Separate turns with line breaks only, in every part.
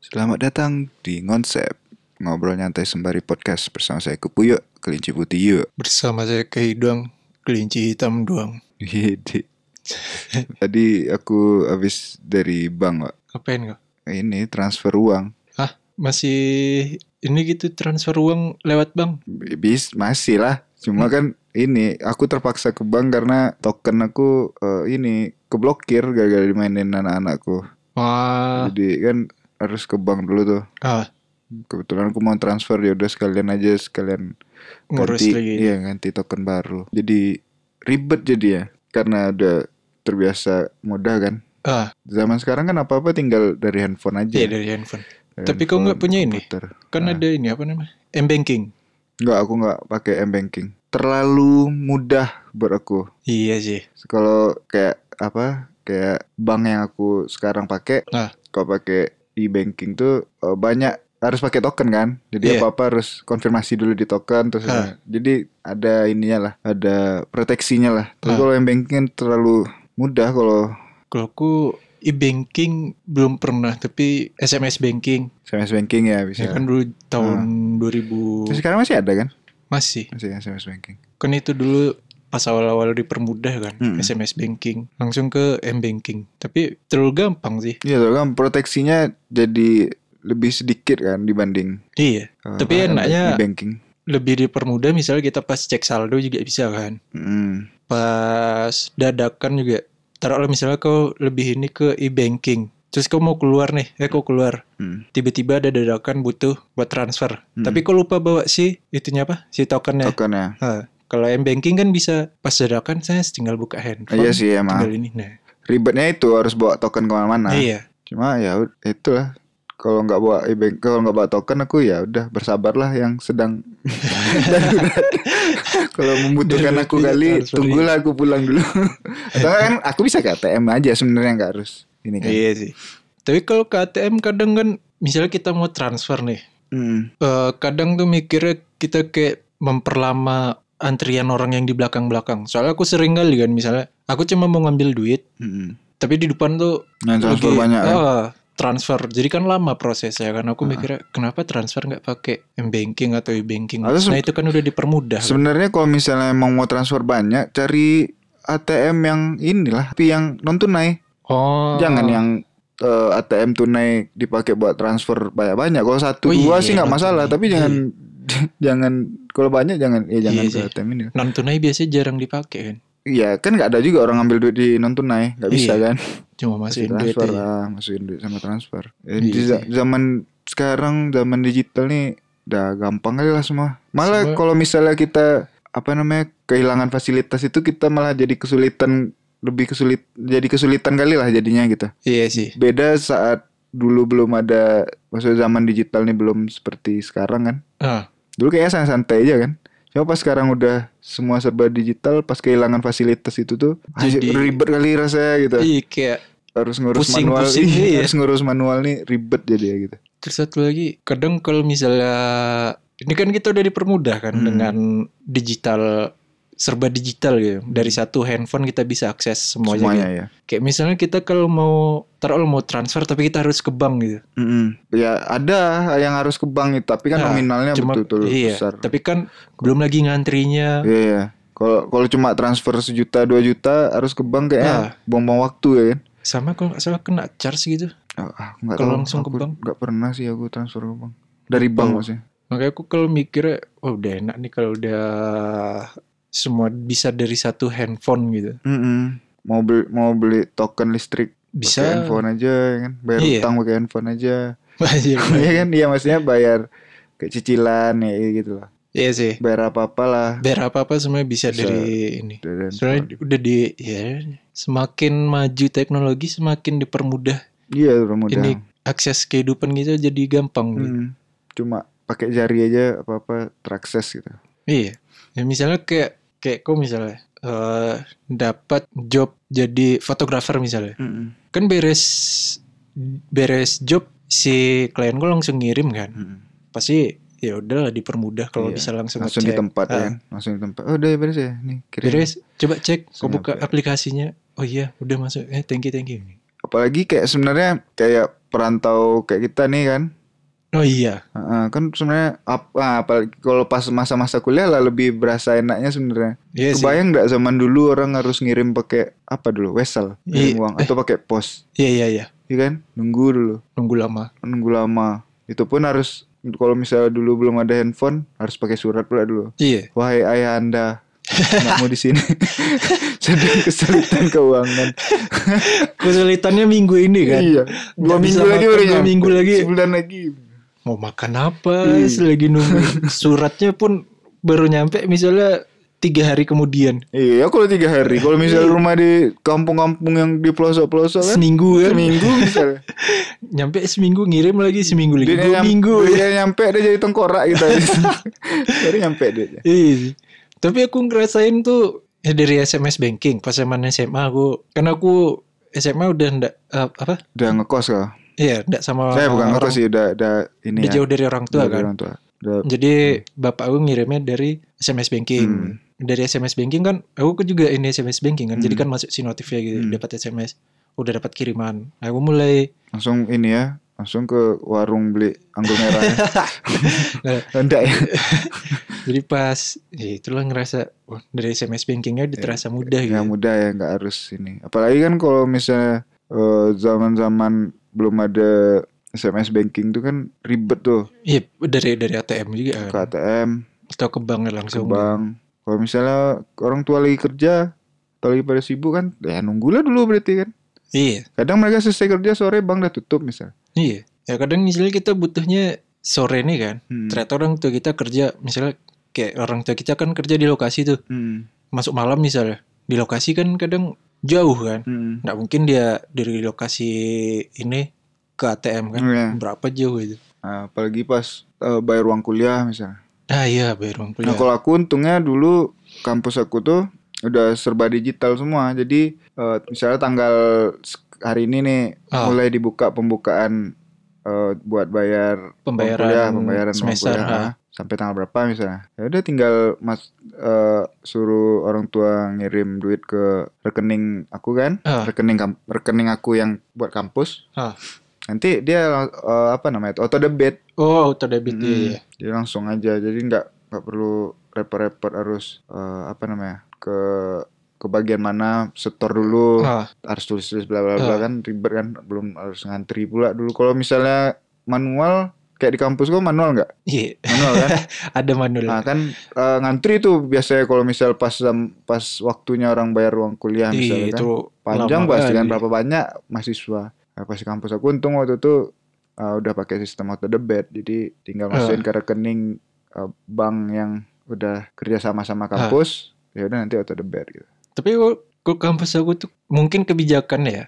Selamat datang di Ngonsep Ngobrol nyantai sembari podcast bersama saya Kepuyuk, Kelinci Putih Yuk
Bersama saya Kehidang, kelinci hitam doang.
Widih. Tadi aku habis dari bank Wak.
Ngapain nggak?
Ini transfer uang
Hah? Masih ini gitu transfer uang lewat bank?
Bis, masih lah Cuma kan ini aku terpaksa ke bank karena token aku eh, ini keblokir gara-gara dimainin anak-anakku
Wah,
Jadi kan harus ke bank dulu tuh
ah,
Kebetulan aku mau transfer ya udah sekalian aja sekalian
ngurus
ganti,
lagi.
Iya, ganti token baru. Jadi ribet jadi ya karena udah terbiasa mudah kan.
Ah,
Zaman sekarang kan apa-apa tinggal dari handphone aja.
iya dari handphone.
Dari
tapi kau nggak punya ini?
komputer.
Kan
Ah.
ada ini apa namanya? M banking.
Nggak, aku nggak pakai m banking. Terlalu mudah buat aku.
Iya sih.
Kalau kayak apa? Kayak bank yang aku sekarang pakai,
Ah.
kalau pakai e-banking tuh eh, banyak harus pakai token kan. Jadi
Iya.
apa-apa harus konfirmasi dulu di token terus
Ah.
jadi ada ininya lah, ada proteksinya lah. Tapi
Ah.
kalau yang banking terlalu mudah kalau
Kalau aku e-banking belum pernah, tapi SMS banking.
SMS banking ya bisa.
Saya kan dulu tahun
Hmm. Terus
2000
sekarang masih ada kan?
masih.
Masih SMS banking.
Kan itu dulu pas awal-awal dipermudah kan
Mm-mm.
SMS banking langsung ke M banking. Tapi terlalu gampang sih.
Iya, soalnya kan proteksinya jadi lebih sedikit kan dibanding
Iya.
eh, apa,
Tapi enaknya-
e-banking.
lebih dipermudah misalnya kita pas cek saldo juga bisa kan
Mm.
pas dadakan juga taruhlah misalnya kau lebih ini ke e-banking terus kau mau keluar nih eh kau keluar
Mm.
tiba-tiba ada dadakan butuh buat transfer
Hmm.
tapi kau lupa bawa si itunya apa si tokennya
Tokennya.
Ah, kalau m-banking kan bisa pas dadakan saya tinggal buka handphone
Iya sih emang.
tinggal ini nah
Ribetnya itu harus bawa token kemana-mana.
iya
cuma ya ud- itulah kalau nggak bawa e-bank kalau nggak bawa token aku ya udah bersabarlah yang sedang darurat. kalau membutuhkan
Darurat iya,
aku
tidak
kali
transfer,
tunggulah aku pulang dulu atau kan aku bisa ke ATM aja sebenarnya nggak harus ini kan
iya sih tapi kalau ke ATM kadang kan misalnya kita mau transfer nih
Mm.
Eh, kadang tuh mikirnya kita kayak memperlama antrian orang yang di belakang-belakang. Soalnya aku sering kali kan misalnya aku cuma mau ngambil duit,
Mm-mm.
tapi di depan tuh
hmm, Nah, transfer
lagi-
banyak kan? Ah.
Ah, transfer. Jadi kan lama prosesnya kan. Aku mikirnya kenapa transfer nggak pakai m banking atau e banking?
Atau se-
Nah itu kan udah dipermudah. kan.
sebenarnya kalau misalnya emang mau transfer banyak cari ATM yang inilah tapi yang non tunai
oh.
jangan yang eh, ATM tunai dipakai buat transfer banyak-banyak kalau satu
Oh
dua
iya,
sih nggak
non
masalah
tunai.
tapi jangan jangan kalau banyak jangan ya jangan
Iya
ke
sih.
ATM ini
non tunai biasanya jarang dipakai kan.
iya kan nggak ada juga orang ngambil duit di non tunai nggak bisa
Iya,
kan
Cuma masukin duit
transfer
aja.
ah, masukin duit sama transfer Eh,
Iya
di za- zaman sekarang zaman digital nih udah gampang kali lah semua malah
Semua-
kalau misalnya kita apa namanya kehilangan fasilitas itu kita malah jadi kesulitan lebih kesulit jadi kesulitan kali lah jadinya gitu
Iya sih.
beda saat dulu belum ada maksudnya zaman digital nih belum seperti sekarang kan
Ah,
dulu kayaknya santai-santai aja kan cuma pas sekarang udah semua serba digital pas kehilangan fasilitas itu tuh
Jadi-
anjir, ribet kali rasanya gitu
iya kayak
harus ngurus
Pusing,
manual
pusing,
Iya,
iya.
harus ngurus manual nih ribet jadi ya gitu
Terus satu lagi, kadang kalau misalnya ini kan kita udah dipermudah kan
Hmm.
dengan digital serba digital gitu. Dari satu handphone kita bisa akses semuanya.
Hmm. semuanya
gitu.
ya
Kayak misalnya kita kalau mau taruh mau transfer tapi kita harus ke bank gitu.
Mm-mm. ya ada yang harus ke bank itu tapi kan
Nah,
nominalnya
Cuma
betul-betul
iya,
besar
tapi kan belum lagi ngantrinya.
iya iya. kalau kalau cuma transfer sejuta dua juta harus ke bank kayaknya buang-buang waktu ya kan
Sama kalau nggak salah kena charge gitu.
Ah, ah, aku nggak
Kalau
tahu.
langsung ke
Aku
bank?
nggak pernah sih aku transfer ke bank dari bank
Oh.
maksudnya
Makanya aku kalau mikirnya, oh udah enak nih kalau udah semua bisa dari satu handphone gitu.
Mm-mm. mau beli mau beli token listrik pakai
Bisa.
handphone aja ya kan bayar
Iya.
utang pakai handphone aja Iya
Iya
kan iya maksudnya bayar kayak cicilan ya gitu lah
Iya sih.
bayar apa apalah
biar apa apa semuanya bisa,
Bisa.
dari ini
dari handphone.
soalnya udah di ya semakin maju teknologi semakin dipermudah
iya udah mudah
ini akses kehidupan kita jadi gampang gitu.
Mm. cuma pakai jari aja apa apa terakses gitu
iya ya misalnya kayak kayak kok misalnya eh, dapat job jadi fotografer misalnya
Mm-mm.
kan beres beres job si klien gue langsung ngirim kan
Mm-mm.
pasti ya udahlah dipermudah kalau
Iya.
bisa langsung,
langsung di
ngecek.
tempat ya
Ah.
kan langsung di tempat oh udah beres ya nih kirim
beres coba cek kau
Langsung
buka
nyampe.
aplikasinya oh iya udah masuk eh thank you thank you
apalagi kayak sebenarnya kayak perantau kayak kita nih kan
Oh iya.
Heeh, kan sebenarnya ap- ah, apalagi kalau pas masa-masa kuliah lah lebih berasa enaknya sebenarnya.
Iya sih.
Kebayang nggak zaman dulu orang harus ngirim pakai apa dulu wesel ngirim
Iya,
uang atau pakai pos,
Iya iya iya.
ya kan? Nunggu dulu,
Nunggu lama.
nunggu lama. Itu pun harus kalau misalnya dulu belum ada handphone harus pakai surat pula dulu.
Iya.
Wahai ayah anda, anakmu di sini sedang kesulitan keuangan.
Kesulitannya minggu ini kan.
Iya, dua
Nggak
minggu
bisa
lagi
makan,
baru
dua
nyampe.
minggu lagi.
Sebulan lagi.
Mau makan apa?
Iya.
Selagi nunggu suratnya pun baru nyampe misalnya tiga hari kemudian.
Iya, kalau tiga hari. Kalau misalnya
Iya.
rumah di kampung-kampung yang di pelosok-pelosok kan,
Seminggu kan.
seminggu misalnya.
Nyampe seminggu ngirim lagi seminggu lagi.
Dia
Dua
nyam-
minggu.
Dia nyampe dia jadi tengkorak gitu. Baru nyampe dia.
Iya sih. Tapi aku ngerasain tuh ya dari SMS banking pas zaman SMA aku karena aku SMA udah ndak eh, apa?
Udah ngekos kah?
Iya, ndak sama
Saya bukan ngekos
orang,
sih, udah udah ini
udah
ya.
jauh dari orang tua
udah
kan.
orang tua. Udah Hmm.
Jadi bapak aku ngirimnya dari SMS banking. Dari SMS banking kan aku juga ini SMS banking kan. Jadi kan masuk si notifnya gitu,
Hmm.
dapat SMS, udah dapat kiriman. Nah, aku mulai
langsung ini ya, langsung ke warung beli anggur merah. ya.
Nah.
Enggak ya.
jadi pas ya itulah ngerasa wah, dari SMS bankingnya udah terasa mudah gitu.
Ya mudah ya, nggak harus ini. Apalagi kan kalau misalnya eh, zaman-zaman belum ada SMS banking tuh kan ribet tuh
Iya, dari dari ATM juga
ke
kan.
ATM,
Atau ke bank
ke
langsung.
bank. Kalau misalnya orang tua lagi kerja, atau lagi pada sibuk kan, ya nunggulah dulu berarti kan.
Iya,
Kadang mereka selesai kerja sore bank udah tutup misalnya.
iya. Ya kadang misalnya kita butuhnya sore nih kan.
Hmm.
Ternyata orang tua kita kerja misalnya kayak orang tua kita kan kerja di lokasi tuh.
Hmm.
Masuk malam misalnya. Di lokasi kan kadang jauh kan.
Hmm.
Nggak mungkin dia dari lokasi ini ke ATM kan.
Iya.
Berapa jauh itu?
Nah, apalagi pas eh, bayar uang kuliah misalnya.
Nah iya bayar uang
Nah
kuliah.
kalau aku untungnya dulu kampus aku tuh udah serba digital semua. Jadi eh, misalnya tanggal sek- hari ini nih
Ah.
mulai dibuka pembukaan eh, buat bayar uang
Pembayaran
kuliah, pembayaran uang
semester,
kuliah,
ah.
ah. sampai tanggal berapa misalnya. Ya udah tinggal mas eh, suruh orang tua ngirim duit ke rekening aku kan,
Ah.
rekening kamp- rekening aku yang buat kampus.
Ah.
Nanti dia eh, apa namanya? Auto debit.
Oh auto debit iya,
Mm,
iya.
Jadi langsung aja. Jadi nggak nggak perlu repot-repot harus eh, apa namanya ke ke bagian mana setor dulu
Ah,
harus tulis-tulis bla bla bla
Ah.
kan ribet kan belum harus ngantri pula dulu kalau misalnya manual kayak di kampus gua manual nggak
iya.
manual kan
Ada mandul.
nah kan eh, ngantri tuh biasanya kalau misal pas jam- pas waktunya orang bayar uang kuliah misalnya
Iya,
kan
itu
panjang
lama
pasti kan
kali.
berapa banyak mahasiswa nah, pas di kampus aku untung waktu itu uh, udah pakai sistem auto debit jadi tinggal
Ah.
masukin ke rekening uh, bank yang udah kerja sama sama kampus ya
Ah.
udah nanti auto debit gitu
Tapi kok kok kampus aku tuh mungkin kebijakannya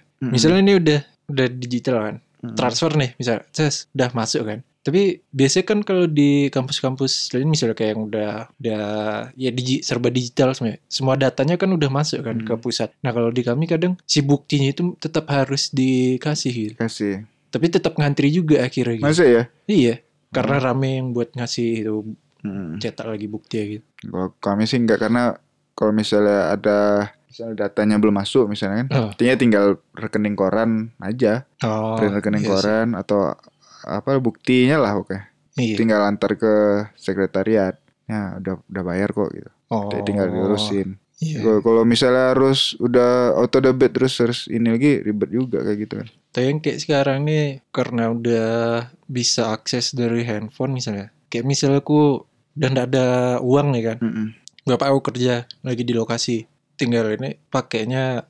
Hmm.
ya. Misalnya ini udah udah digital kan.
Mm-mm.
transfer nih misal ces udah masuk kan tapi biasanya kan kalau di kampus-kampus lain misalnya kayak yang udah udah ya digi- serba digital semuanya semua datanya kan udah masuk kan
Hmm.
ke pusat nah kalau di kami kadang si buktinya itu tetap harus dikasih gitu
kasih
tapi tetap ngantri juga akhirnya gitu
masa ya
iya karena
Hmm.
rame yang buat ngasih itu
Mm.
cetak lagi bukti gitu
kalau kami sih enggak karena kalau misalnya ada misalnya datanya belum masuk misalnya kan
oh,
artinya tinggal rekening koran aja
oh,
print rekening
iya sih.
koran atau apa buktinya lah oke
iya.
tinggal antar ke sekretariat ya udah udah bayar kok gitu
oh,
Jadi tinggal diurusin
iya.
Kalau- kalau misalnya harus udah auto debit terus harus ini lagi ribet juga kayak gitu kan
Tapi yang kayak sekarang nih karena udah bisa akses dari handphone misalnya. Kayak misalnya aku udah nggak ada uang nih kan. Bapak aku kerja lagi di lokasi. Tinggal ini pakainya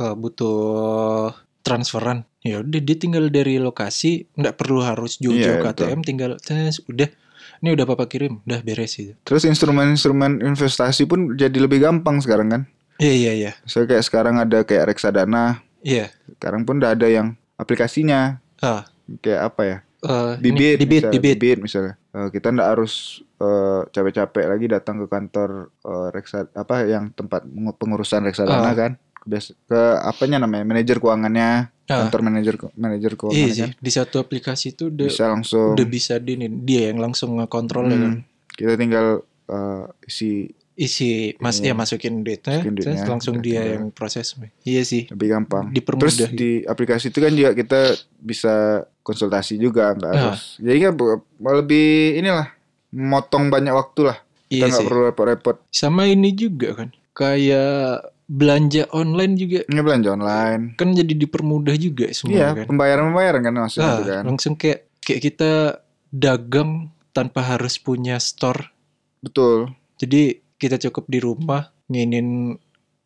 eh, butuh transferan. Ya udah dia tinggal dari lokasi nggak perlu harus
Iya,
jauh-jauh ke
betul.
ATM tinggal tes udah ini udah bapak kirim udah beres gitu." itu.
terus instrumen-instrumen investasi pun jadi lebih gampang sekarang kan
Iya iya iya.
so kayak sekarang ada kayak reksadana
Iya.
sekarang pun udah ada yang aplikasinya
Ah.
kayak apa ya
Eh, ini,
bibit
bibit
misalnya,
bibit.
misalnya Eh, kita ndak harus eh, capek-capek lagi datang ke kantor eh, reksa apa yang tempat pengu- pengurusan reksadana
Ah.
kan ke, bias- ke apanya namanya manajer keuangannya
Ah.
kantor manajer ke- manajer
Iya
keuangannya
sih.
kan
Di satu aplikasi itu udah
bisa langsung
udah bisa di dia yang langsung ngekontrol ya
Hmm,
kan.
kita tinggal eh, isi
isi mas
Iya.
ya masukin duitnya,
Masukin
terus
duitnya,
langsung
udah
dia
tinggal.
yang proses. Iya sih.
lebih gampang.
Dipermudah
Terus
gitu.
di aplikasi itu kan juga kita bisa konsultasi juga nggak
Ah.
harus. Jadi kan bu- lebih inilah motong banyak waktu lah. Kita
Iya
nggak
sih.
perlu repot-repot.
Sama ini juga kan. Kayak belanja online juga
Ini belanja online.
kan jadi dipermudah juga
iya,
semua kan.
pembayaran-pembayaran kan maksudnya
Ah,
itu kan.
langsung kayak kayak kita dagang tanpa harus punya store.
Betul.
Jadi kita cukup di rumah nginin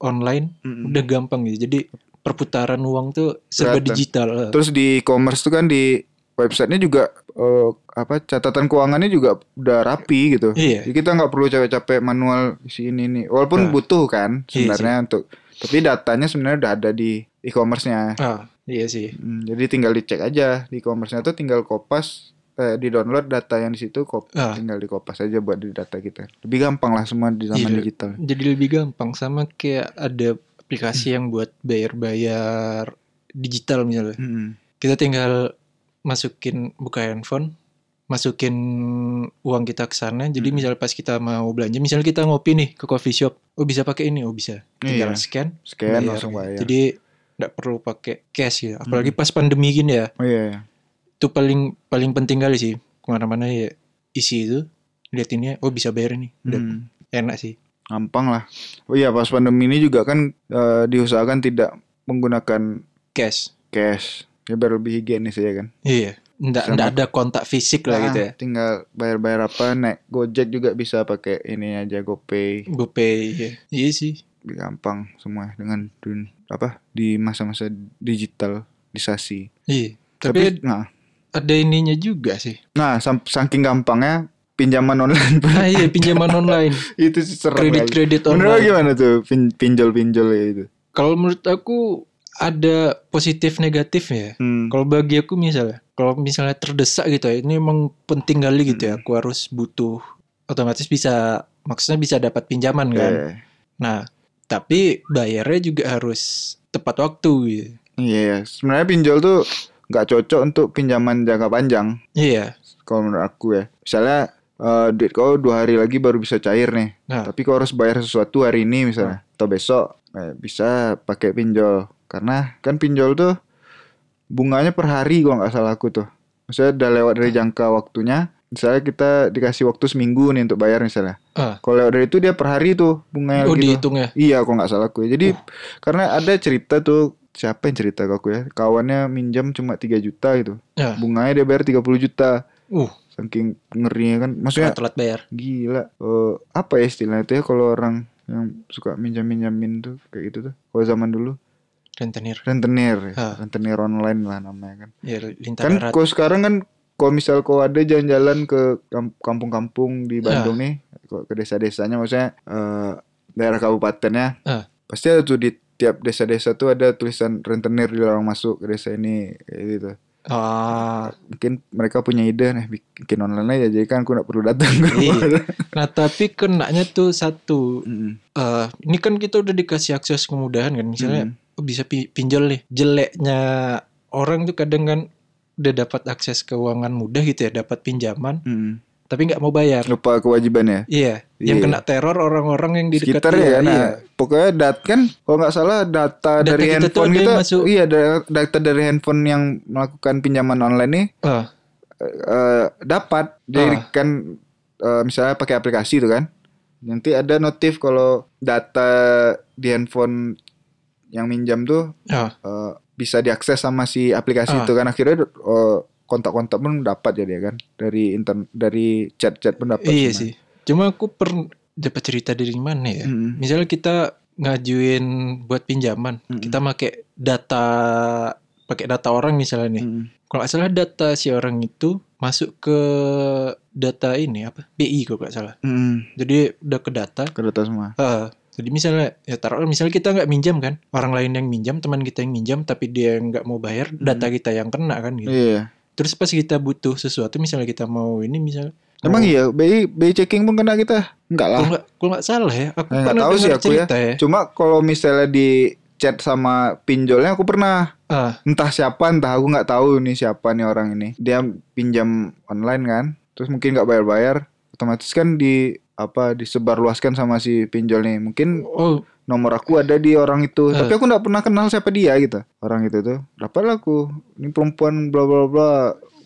online
Mm-mm.
udah gampang gitu. Jadi perputaran uang tuh serba
Hmm. Kelihatan.
digital.
Terus di e-commerce tuh kan di websitenya juga eh, apa catatan keuangannya juga udah rapi gitu.
Iya.
Jadi kita nggak perlu capek-capek manual isi ini ini. Walaupun
Nah.
butuh kan
Iya
sebenarnya untuk tapi datanya sebenarnya udah ada di e-commerce-nya.
Ah, iya sih.
Hmm, jadi tinggal dicek aja di e-commerce-nya tuh tinggal kopas eh, di download data yang di situ kop
Ah.
tinggal dikopas aja buat di data kita. Lebih gampang lah semua di zaman
Iya.
digital.
Jadi lebih gampang sama kayak ada aplikasi yang buat bayar-bayar digital misalnya.
Mm-mm.
kita tinggal masukin buka handphone masukin uang kita ke sana jadi
Mm-mm.
misalnya pas kita mau belanja misalnya kita ngopi nih ke coffee shop oh bisa pakai ini oh bisa tinggal
Iya.
scan
Scan
bayar.
langsung bayar.
jadi nggak perlu pakai cash gitu apalagi pas pandemi gini ya
oh iya. iya.
itu paling paling penting kali sih kemana-mana ya isi itu lihat ini oh bisa bayar ini udah
Mm.
enak sih
gampang lah. Oh iya pas pandemi ini juga kan eh, diusahakan tidak menggunakan
cash
cash. Ya biar lebih higienis ya kan.
iya nggak
Sama.
nggak ada kontak fisik lah gitu ya
Ah, Tinggal bayar-bayar apa naik Gojek juga bisa pakai ini aja GoPay.
GoPay iya. iya sih
Lebih Gampang semua dengan dun, apa di masa-masa digitalisasi.
iya tapi,
nah,
ada ininya juga sih
nah sam- saking gampangnya pinjaman online pun
Ah iya pinjaman online,
itu serem
kredit
kali.
kredit
Menurut lo
online.
gimana tuh pin- pinjol-pinjol ya itu?
Kalau menurut aku ada positif negatifnya. ya.
Hmm.
Kalau bagi aku misalnya, kalau misalnya terdesak gitu ya, ini emang penting kali gitu
Hmm.
ya. Aku harus butuh otomatis bisa maksudnya bisa dapat pinjaman kan.
Eh,
Nah, tapi bayarnya juga harus tepat waktu gitu.
Iya, iya. sebenarnya pinjol tuh nggak cocok untuk pinjaman jangka panjang.
Iya.
kalau menurut aku ya misalnya eh, duit kau dua hari lagi baru bisa cair nih
Nah.
tapi kau harus bayar sesuatu hari ini misalnya atau besok eh, bisa pakai pinjol karena kan pinjol tuh bunganya per hari kalau nggak salah aku tuh misalnya udah lewat
Nah.
dari jangka waktunya misalnya kita dikasih waktu seminggu nih untuk bayar misalnya
Ah.
kalau lewat dari itu dia per hari tuh bunganya
Oh
gitu
dihitung ya.
Iya, kalau nggak salah aku. Jadi karena ada cerita tuh siapa yang cerita ke aku ya? Kawannya minjam cuma 3 juta gitu.
Ya.
Bunganya dia bayar 30 juta.
Uh. Ya.
Saking ngerinya kan. Maksudnya
telat bayar.
gila. Eh, apa ya istilahnya itu ya kalau orang yang suka minjam-minjamin tuh kayak gitu tuh. Kalau zaman dulu
Rentenir.
rentenir, ya.
Ah.
rentenir online lah namanya kan.
Ya lintas
Kan
darat.
kalau sekarang kan kalau misal kau ada jalan-jalan ke kamp- kampung-kampung
Iya.
di Bandung nih, kok ke desa-desanya maksudnya eh, daerah kabupatennya.
Ah.
Pasti ada tuh di tiap desa-desa tuh ada tulisan rentenir dilarang masuk ke desa ini kayak gitu.
Ah.
Mungkin mereka punya ide nih bik- bikin online aja jadi kan aku nggak perlu datang. ke
Iya.
rumah.
Nah tapi kenanya tuh satu
Mm-mm.
eh ini kan kita udah dikasih akses kemudahan kan misalnya
Mm-mm.
oh, bisa pi- pinjol nih jeleknya orang tuh kadang kan udah dapat akses keuangan mudah gitu ya dapat pinjaman
Mm-mm.
tapi nggak mau bayar
Lupa kewajibannya.
iya yang
Iya.
kena teror orang-orang yang di dekat
sekitar
dia,
ya, nah
iya.
pokoknya dat kan kalau nggak salah data,
Data
dari
kita tuh
handphone
ada yang
kita,
masuk.
iya da- data dari handphone yang melakukan pinjaman online nih
Ah,
eh, dapat jadi
Ah.
kan eh, misalnya pakai aplikasi itu kan nanti ada notif kalau data di handphone yang minjam tuh
ah,
eh, bisa diakses sama si aplikasi
Ah.
itu kan akhirnya eh, kontak-kontak pun dapat jadi ya dia kan dari intern dari chat-chat pun dapat
iya
semua.
sih cuma aku pernah dapat cerita dari mana ya
Mm-mm.
misalnya kita ngajuin buat pinjaman
Mm-mm.
kita pakai data pakai data orang misalnya nih
Mm-mm.
Kalau nggak salah data si orang itu masuk ke data ini apa BI kalau nggak salah.
Mm-mm.
Jadi udah ke data.
ke data semua
Ah, jadi misalnya ya taruh misalnya kita nggak minjam kan, orang lain yang minjam, teman kita yang minjam, tapi dia yang nggak mau bayar, data kita yang kena kan gitu.
Hmm. iya
Terus pas kita butuh sesuatu, misalnya kita mau ini misalnya.
Emang
mau-
iya, BI, BI checking pun kena kita? Enggak lah.
Kalau nggak kalau nggak salah ya, aku
Eh, nggak
pernah
tahu sih
dengar
aku ya.
cerita ya.
Cuma kalau misalnya di chat sama pinjolnya aku pernah
Ah,
entah siapa entah aku nggak tahu nih siapa nih orang ini dia pinjam online kan terus mungkin nggak bayar-bayar otomatis kan di apa disebarluaskan sama si pinjol nih. Mungkin
Oh,
nomor aku ada di orang itu,
Eh.
tapi aku nggak pernah kenal siapa dia gitu. Orang itu tuh, dapat aku. Ini perempuan bla bla bla.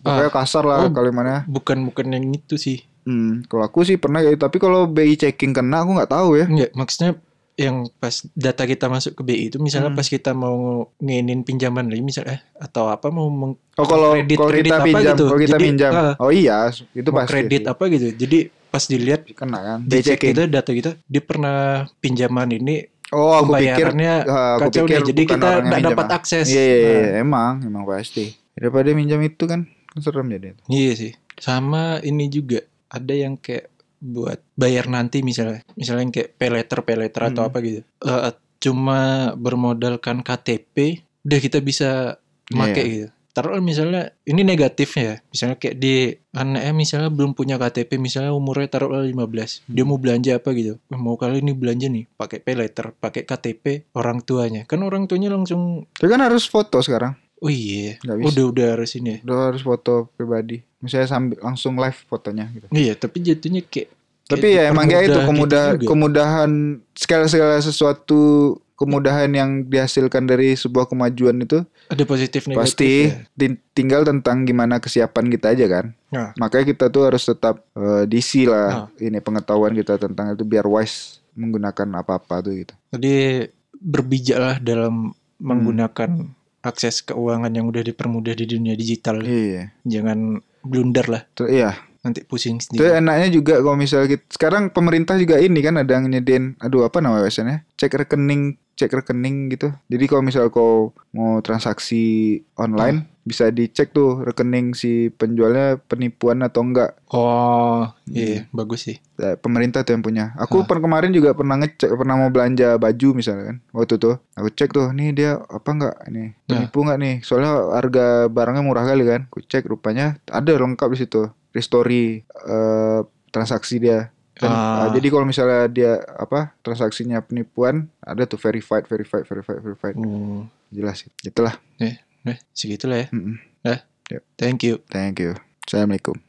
Pokoknya kasar lah
Oh.
kalimatnya.
bukan bukan yang itu sih.
Hmm, kalau aku sih pernah kayak gitu, tapi kalau BI checking kena aku nggak tahu ya.
Enggak, maksudnya yang pas data kita masuk ke BI itu misalnya
Hmm.
pas kita mau ngeinin pinjaman lagi misalnya eh, atau apa mau meng
Oh kalau
Kredit-
kalau
kredit
kita
apa
pinjam,
gitu.
kalau kita
Jadi,
pinjam.
eh,
oh iya, itu
mau
pasti.
kredit apa gitu. Jadi pas dilihat
kena kan? BI
dicek
checking.
kita data kita dia pernah pinjaman ini
Oh, aku pikir
pembayarannya
Ah, aku
kacau
pikir
nih. Jadi
bukan
kita
orang yang
nggak
minjam,
dapat
ah.
akses.
Iya, iya, iya,
Nah,
emang, emang pasti. Daripada minjam itu kan, kan serem jadi. itu.
iya sih. Sama ini juga ada yang kayak buat bayar nanti misalnya, misalnya yang kayak pay letter, pay letter atau
Hmm.
apa gitu. Eh, cuma bermodalkan KTP, udah kita bisa make
Iya.
gitu. Taruh misalnya ini negatifnya ya. Misalnya kayak di anaknya misalnya belum punya KTP, misalnya umurnya taruh 15. Dia
Hmm.
mau belanja apa gitu. "Eh, Mau kali ini belanja nih, pakai pay letter, pakai KTP orang tuanya. Kan orang tuanya langsung
Tapi kan harus foto sekarang,
oh iya,
nggak bisa.
udah udah harus ini ya.
Udah harus foto pribadi. Misalnya sambil langsung live fotonya gitu.
Iya, tapi jatuhnya kayak
Tapi ya emang kayak itu
dipermudah
kemudah
gitu juga.
kemudahan segala-segala sesuatu kemudahan yang dihasilkan dari sebuah kemajuan itu
ada positif negatif.
pasti
ya.
tin- tinggal tentang gimana kesiapan kita aja kan.
Nah.
Makanya kita tuh harus tetap eh, diisi lah
Nah.
ini pengetahuan kita tentang itu biar wise menggunakan apa-apa tuh gitu.
Jadi berbijaklah
Hmm.
dalam menggunakan akses keuangan yang udah dipermudah di dunia digital.
Iya.
Jangan blunder lah,
Ter- iya.
nanti pusing
Itu ya.
sendiri.
enaknya juga kalau misalnya kita, sekarang pemerintah juga ini kan ada yang nyediain aduh apa namanya biasanya cek rekening cek rekening gitu. Jadi kalau misal kau mau transaksi online
Hmm.
bisa dicek tuh rekening si penjualnya penipuan atau enggak.
Oh, iya, bagus sih.
Eh, Pemerintah tuh yang punya. Aku
Hah.
per kemarin juga pernah ngecek pernah mau belanja baju misalnya kan. Waktu tuh aku cek tuh nih dia apa enggak
Nah.
nih penipu enggak nih. Soalnya harga barangnya murah kali kan. Aku cek rupanya ada lengkap di situ. History eh, transaksi dia. Dan,
Ah,
uh, jadi kalau misalnya dia apa transaksinya penipuan ada tuh verified verified verified verified
hmm,
jelas itulah
nah, segitulah ya.
Mm-mm.
Thank you.
thank you assalamualaikum